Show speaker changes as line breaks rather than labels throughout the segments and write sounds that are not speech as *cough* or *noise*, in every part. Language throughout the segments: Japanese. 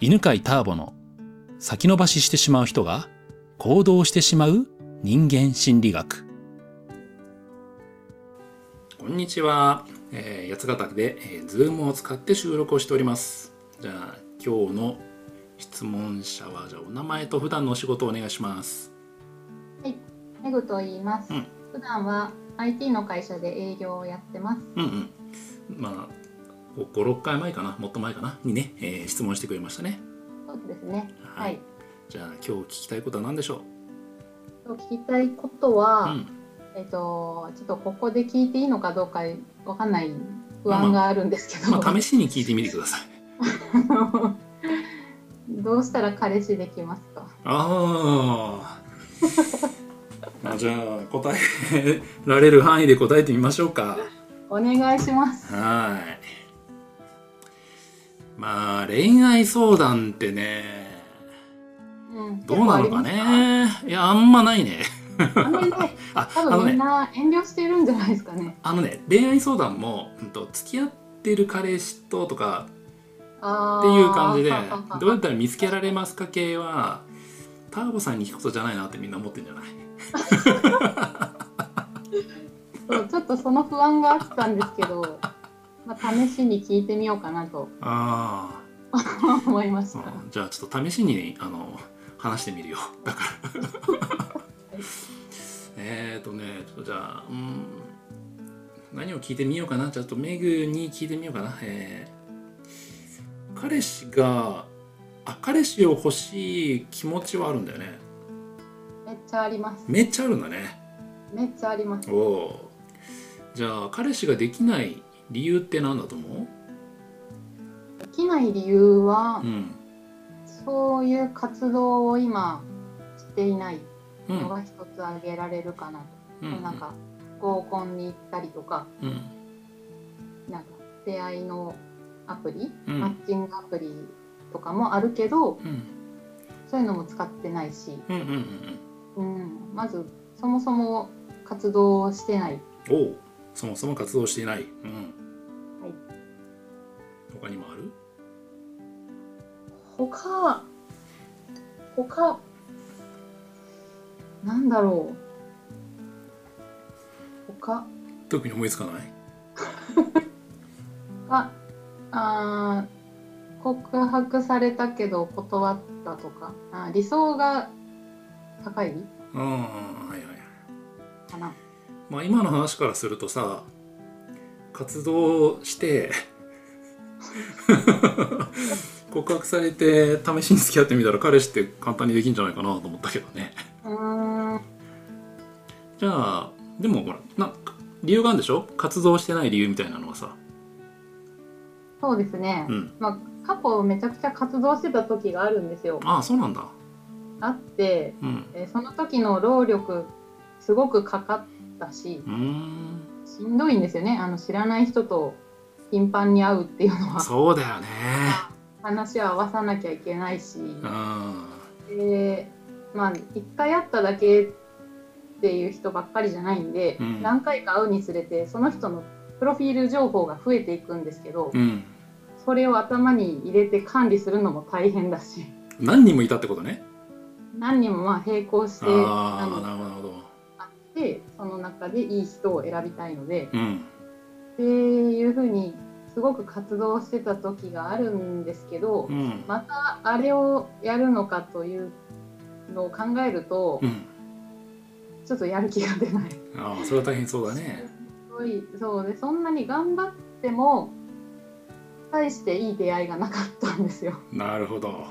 犬飼ターボの先延ばししてしまう人が行動してしまう人間心理学こんにちは、えー、八ヶ岳で、えー、Zoom を使って収録をしておりますじゃあ今日の質問者はじゃあお名前と普段のお仕事をお願いします
はい、メグと言います。
うん
普段は IT の会社で営業をやってます。
うんうんまあ56回前かなもっと前かなにね、えー質問してくれましたね
そうですね。
は
はいい。
じゃあ今日聞きたいことは何でしょ
と聞きたいこと
う、う
は、
ん、
えっ、とちょっとここで聞いていいのかどうかわかんない不安があるんですけど、
まあ試しに聞いてみてください
*laughs* どうしたら彼氏できますか。
あー *laughs* あじゃあ答えられる範囲で答えてみましょうか
お願いします。
はいまあ恋愛相談ってね
うん
どうなのか。ねいやあんまないね
結構ありますかあんまりね、
ああ
多
の
分みん
ね
な遠慮してるんじゃないですかね。
あのね恋愛相談も、うん、と付き合ってる彼氏ととか
あー
っていう感じで
ははは
どうやったら見つけられますか系はターボさんに聞くことじゃないなってみんな思ってんじゃない
そうちょっとその不安があったんですけど、まあ試しに聞いてみようかなと
ああ
思いました。
うんじゃあちょっと試しにあの話してみるよ *laughs* だからえっとねちょっとじゃあうん何を聞いてみようかなちょっとメグに聞いてみようかなえー彼氏があ彼氏を欲しい気持ちはあるんだよね
めっちゃあります。
めっちゃあるんだね
めっちゃあります。
おおーじゃあ彼氏ができない理由って何だと思
できない理由は、
ううん
そういう活動を今していない
うん
のが一つ挙げられるかなと。
うんうん
なんか合コンに行ったりとか、
うん
なんか出会いのアプリ、
うん
マッチングアプリとかもあるけど、
うん
そういうのも使ってないし、
うんうんうんうん
うん、まずそもそも活動をしてない。
おおそもそも活動していないうん
はい
他にもある
他他なんだろう他
特に思いつかない
ああー告白されたけど断ったとかあー理想が高い
ああはいはいはい
かな
まあ今の話からするとさ活動して *laughs* 告白されて試しに付き合ってみたら彼氏って簡単にできんじゃないかなと思ったけどね
うーん
じゃあでもほらな理由があるんでしょ活動してない理由みたいなのはさ
そうですね、
うん
まあ、過去めちゃくちゃ活動してた時があるんですよ
ああそうなんだ
あって、
うん
えーその時の労力すごくかかったし
うーん
しんどいんですよねあの知らない人と頻繁に会うっていうのは
そうだよね
話を合わさなきゃいけないし、
うん
でまあ一回会っただけっていう人ばっかりじゃないんで、
うん
何回か会うにつれてその人のプロフィール情報が増えていくんですけど、
うん
それを頭に入れて管理するのも大変だし
何人もいたってことね
何人もまあ並行してあ
ああ
の
なるほどなるほど
あってその中でいい人を選びたいので、
うん
っていうふうにすごく活動してた時があるんですけど、
うん
またあれをやるのかというのを考えると、
うん
ちょっとやる気が出ない。
ああそれは大変そうだね
すごいそうでそんなに頑張っても大していい出会いがなかったんですよ
なるほど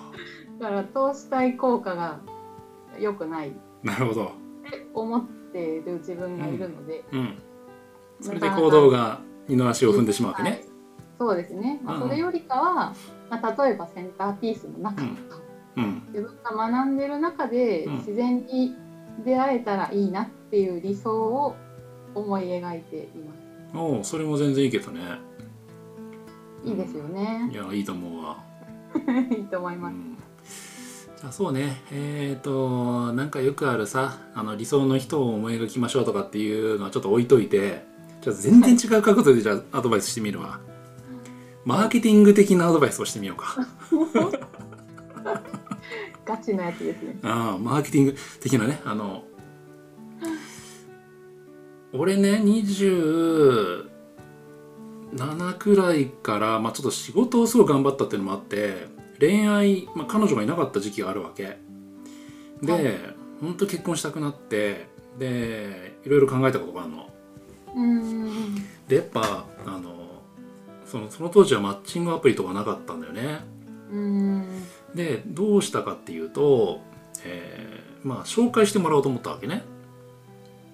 だから投資対効果が良くないって
なるほど
思ってる自分がいるので、
うんそれで
なかなか
行動が二の足を踏んでしまうわけ
は
ね
いそうですね、まあ、
うんうん
それよりかは、まあ、例えばセンターピースの中とか、
うん
自分が学んでる中で
うん
自然に出会えたらいいなっていう理想を思い描いています
おおそれも全然いいけどね
いいですよ
い
ね、
やいいと思うわ
いいと思います、
うんじゃあそうねえっ、となんかよくあるさあの理想の人を思い描きましょうとかっていうのはちょっと置いといてちょっと全然違う角度でじゃあアドバイスしてみるわマーケティング的なアドバイスをしてみようか
チなやつですね。
ああマーケティング的なねあの俺ね27くらいから、まあ、ちょっと仕事をすごい頑張ったっていうのもあって恋愛、まあ、彼女がいなかった時期があるわけで、
はい
ほんと結婚したくなってでいろいろ考えたことがあるの
うーん。
でやっぱあのそのその当時はマッチングアプリとかなかったんだよね
うーん。
でどうしたかっていうと、えーまあ紹介してもらおうと思ったわけね、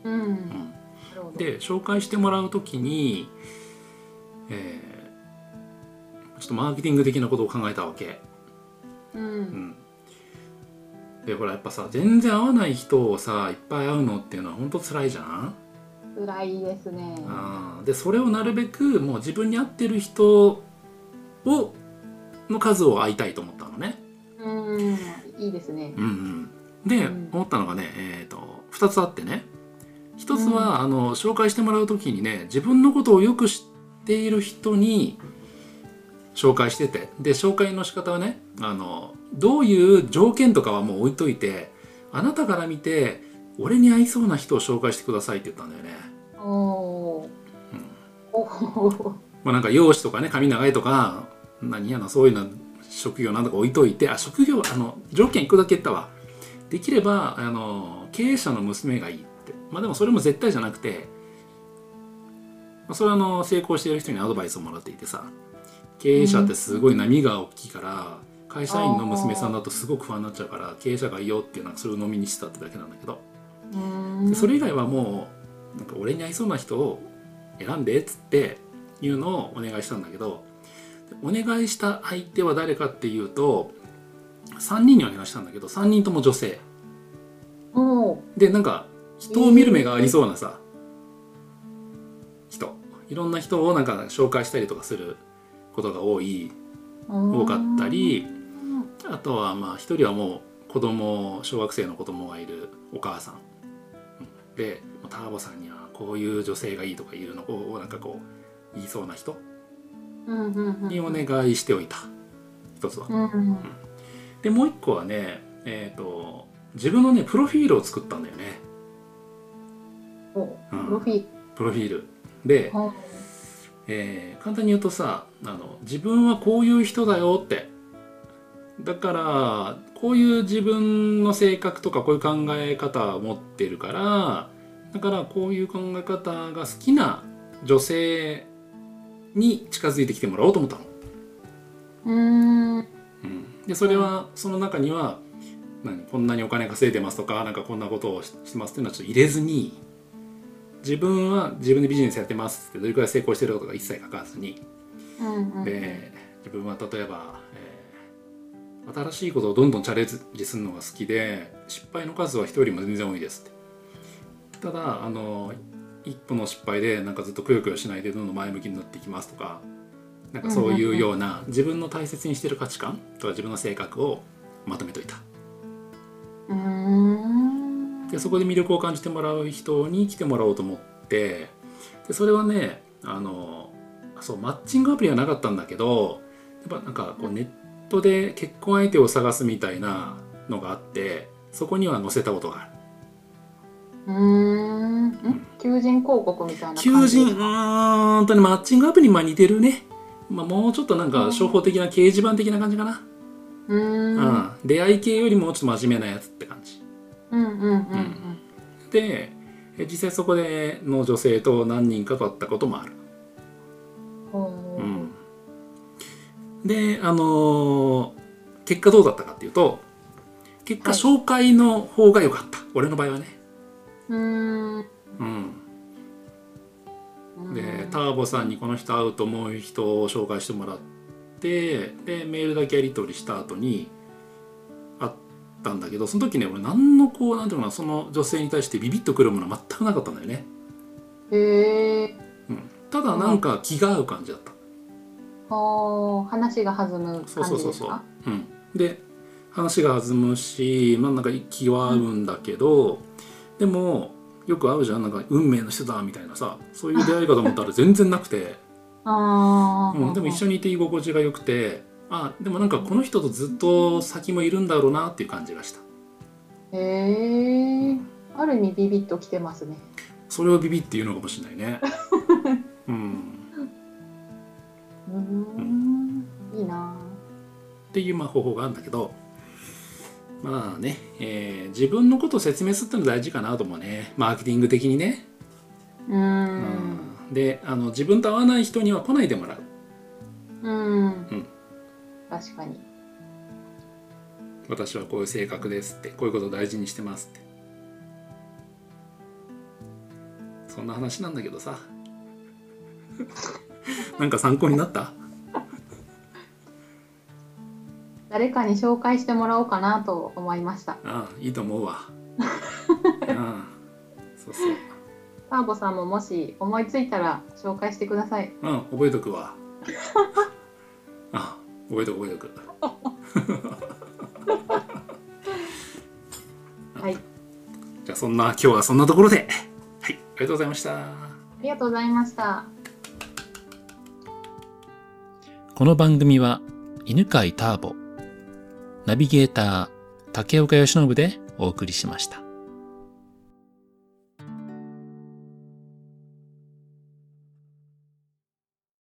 うん。
う、
なんるほど。
で紹介してもらう時に、えーちょっとマーケティング的なことを考えたわけ、
う。
うんん、でほらやっぱさ全然会わない人をさいっぱい会うのっていうのは本当辛いじゃん
辛いですね。
あーでそれをなるべくもう自分に合ってる人をの数を会いたいと思ったのね
うーん。いいですね
う。んうん、で、
うん
思ったのがね、えー、と2つあってね1つは、あの紹介してもらう時にね自分のことをよく知っている人に紹介しててで紹介の仕方はねあのどういう条件とかはもう置いといてあなたから見て俺に合いそうな人を紹介してくださいって言ったんだよね。
おー
うん
おー。
まあ、なんか容姿とかね髪長いとか何やなそういうの職業なんとか置いといてあ職業あの条件一個だけ言ったわできればあの経営者の娘がいいってまあでもそれも絶対じゃなくて、まあ、それはあの成功している人にアドバイスをもらっていてさ経営者ってすごい波が大きいから会社員の娘さんだとすごく不安になっちゃうから経営者がいいよっていうなんかそれを飲みにしてたってだけなんだけど
うーん。
でそれ以外はもうなんか俺に合いそうな人を選んでっつっていうのをお願いしたんだけどお願いした相手は誰かっていうと3人にお願いしたんだけど3人とも女性
おー
でなんか人を見る目がありそうなさ人いろんな人をなんか紹介したりとかすることが多い多かった。り
うん
あとはまあ一人はもう子供小学生の子供がいるお母さんうんでターボさんにはこういう女性がいいとかいうのをなんかこう言いそうな人
うんうんうん。
にお願いしておいた一つは。
うんうん。
でもう一個はねえっ、と自分のねプロフィールを作ったんだよね
おープロフィール。
プロフィール。で、
はい
えー簡単に言うとさあの自分はこういう人だよってだからこういう自分の性格とかこういう考え方を持ってるからだからこういう考え方が好きな女性に近づいてきてもらおうと思ったの。
うーん。
うん、でそれはその中には何こんなにお金稼いでますとかなんかこんなことをししてますっていうのはちょっと入れずに自分は自分でビジネスやってますってどれくらい成功してるかとか一切書かずに
うんうんうん
で自分は例えば、えー新しいことをどんどんチャレンジするのが好きで失敗の数は人よりも全然多いですってただあの一歩の失敗でなんかずっとくよくよしないでどんどん前向きになっていきますとかなんかそういうような自分の大切にしてる価値観とか自分の性格をまとめといた
うーん。
でそこで魅力を感じてもらう人に来てもらおうと思ってでそれはねあのそうマッチングアプリはなかったんだけどやっぱなんかこうネットで結婚相手を探すみたいなのがあってそこには載せたことがある
うーん。ん求人広告みたいな感じ。
求人うーんとねマッチングアプリにまあ似てるね、まあ、もうちょっとなんか商法的な掲示板的な感じかな、
うーん。うん
うん、出会い系よりもちょっと真面目なやつって感じ
うんうんうん。
でえ実際そこでの女性と何人かと会ったこともある
ほう
うんであのー結果どうだったかっていうと結果
はい
紹介の方が良かった、俺の場合はね、
うーん。
うん、
うん
でターボさんにこの人会うと思う人を紹介してもらってでメールだけやり取りした後に会ったんだけどその時ね俺何のこうなんていうのかなその女性に対してビビッとくるものは全くなかったんだよね、
へえ。
うん、ただなんか気が合う感じだった
ほう話が弾む感じです
そう
か。
そうそうそう。うん、で話が弾むし、まあ、なんか気は合うんだけど、でもよく会うじゃんなんか運命の人だみたいなさそういう出会いかと思ったら全然なくて、
あ
*laughs*
あ。
うん、でも一
緒。
緒にいて居心地が良くてあでもなんかこの人とずっと先もいるんだろうなっていう感じがした
へえある意味ビビッときてますね
それをビビって言うのかもしれない *laughs* ねうん
うーんいいな
っていうまあ方法があるんだけどまあね、えー自分のことを説明するっての大事かなと思うねマーケティング的にね、
うー
うんであの自分と合わない人には来ないでもらう
うん、
ん
確かに
私はこういう性格ですってこういうことを大事にしてますってそんな話なんだけどさなんか参考になった
誰かに紹介してもらおうかなと思いました
ああいいと思うわああそうそう
サーボさんももし思いついたら紹介してください
うん覚えとくわ *laughs* あ覚えとく覚えとく
*laughs* はい
じゃあそんな今日はそんなところではいありがとうございました
ありがとうございました
この番組は犬飼ターボ、ナビゲーター竹岡由伸でお送りしました。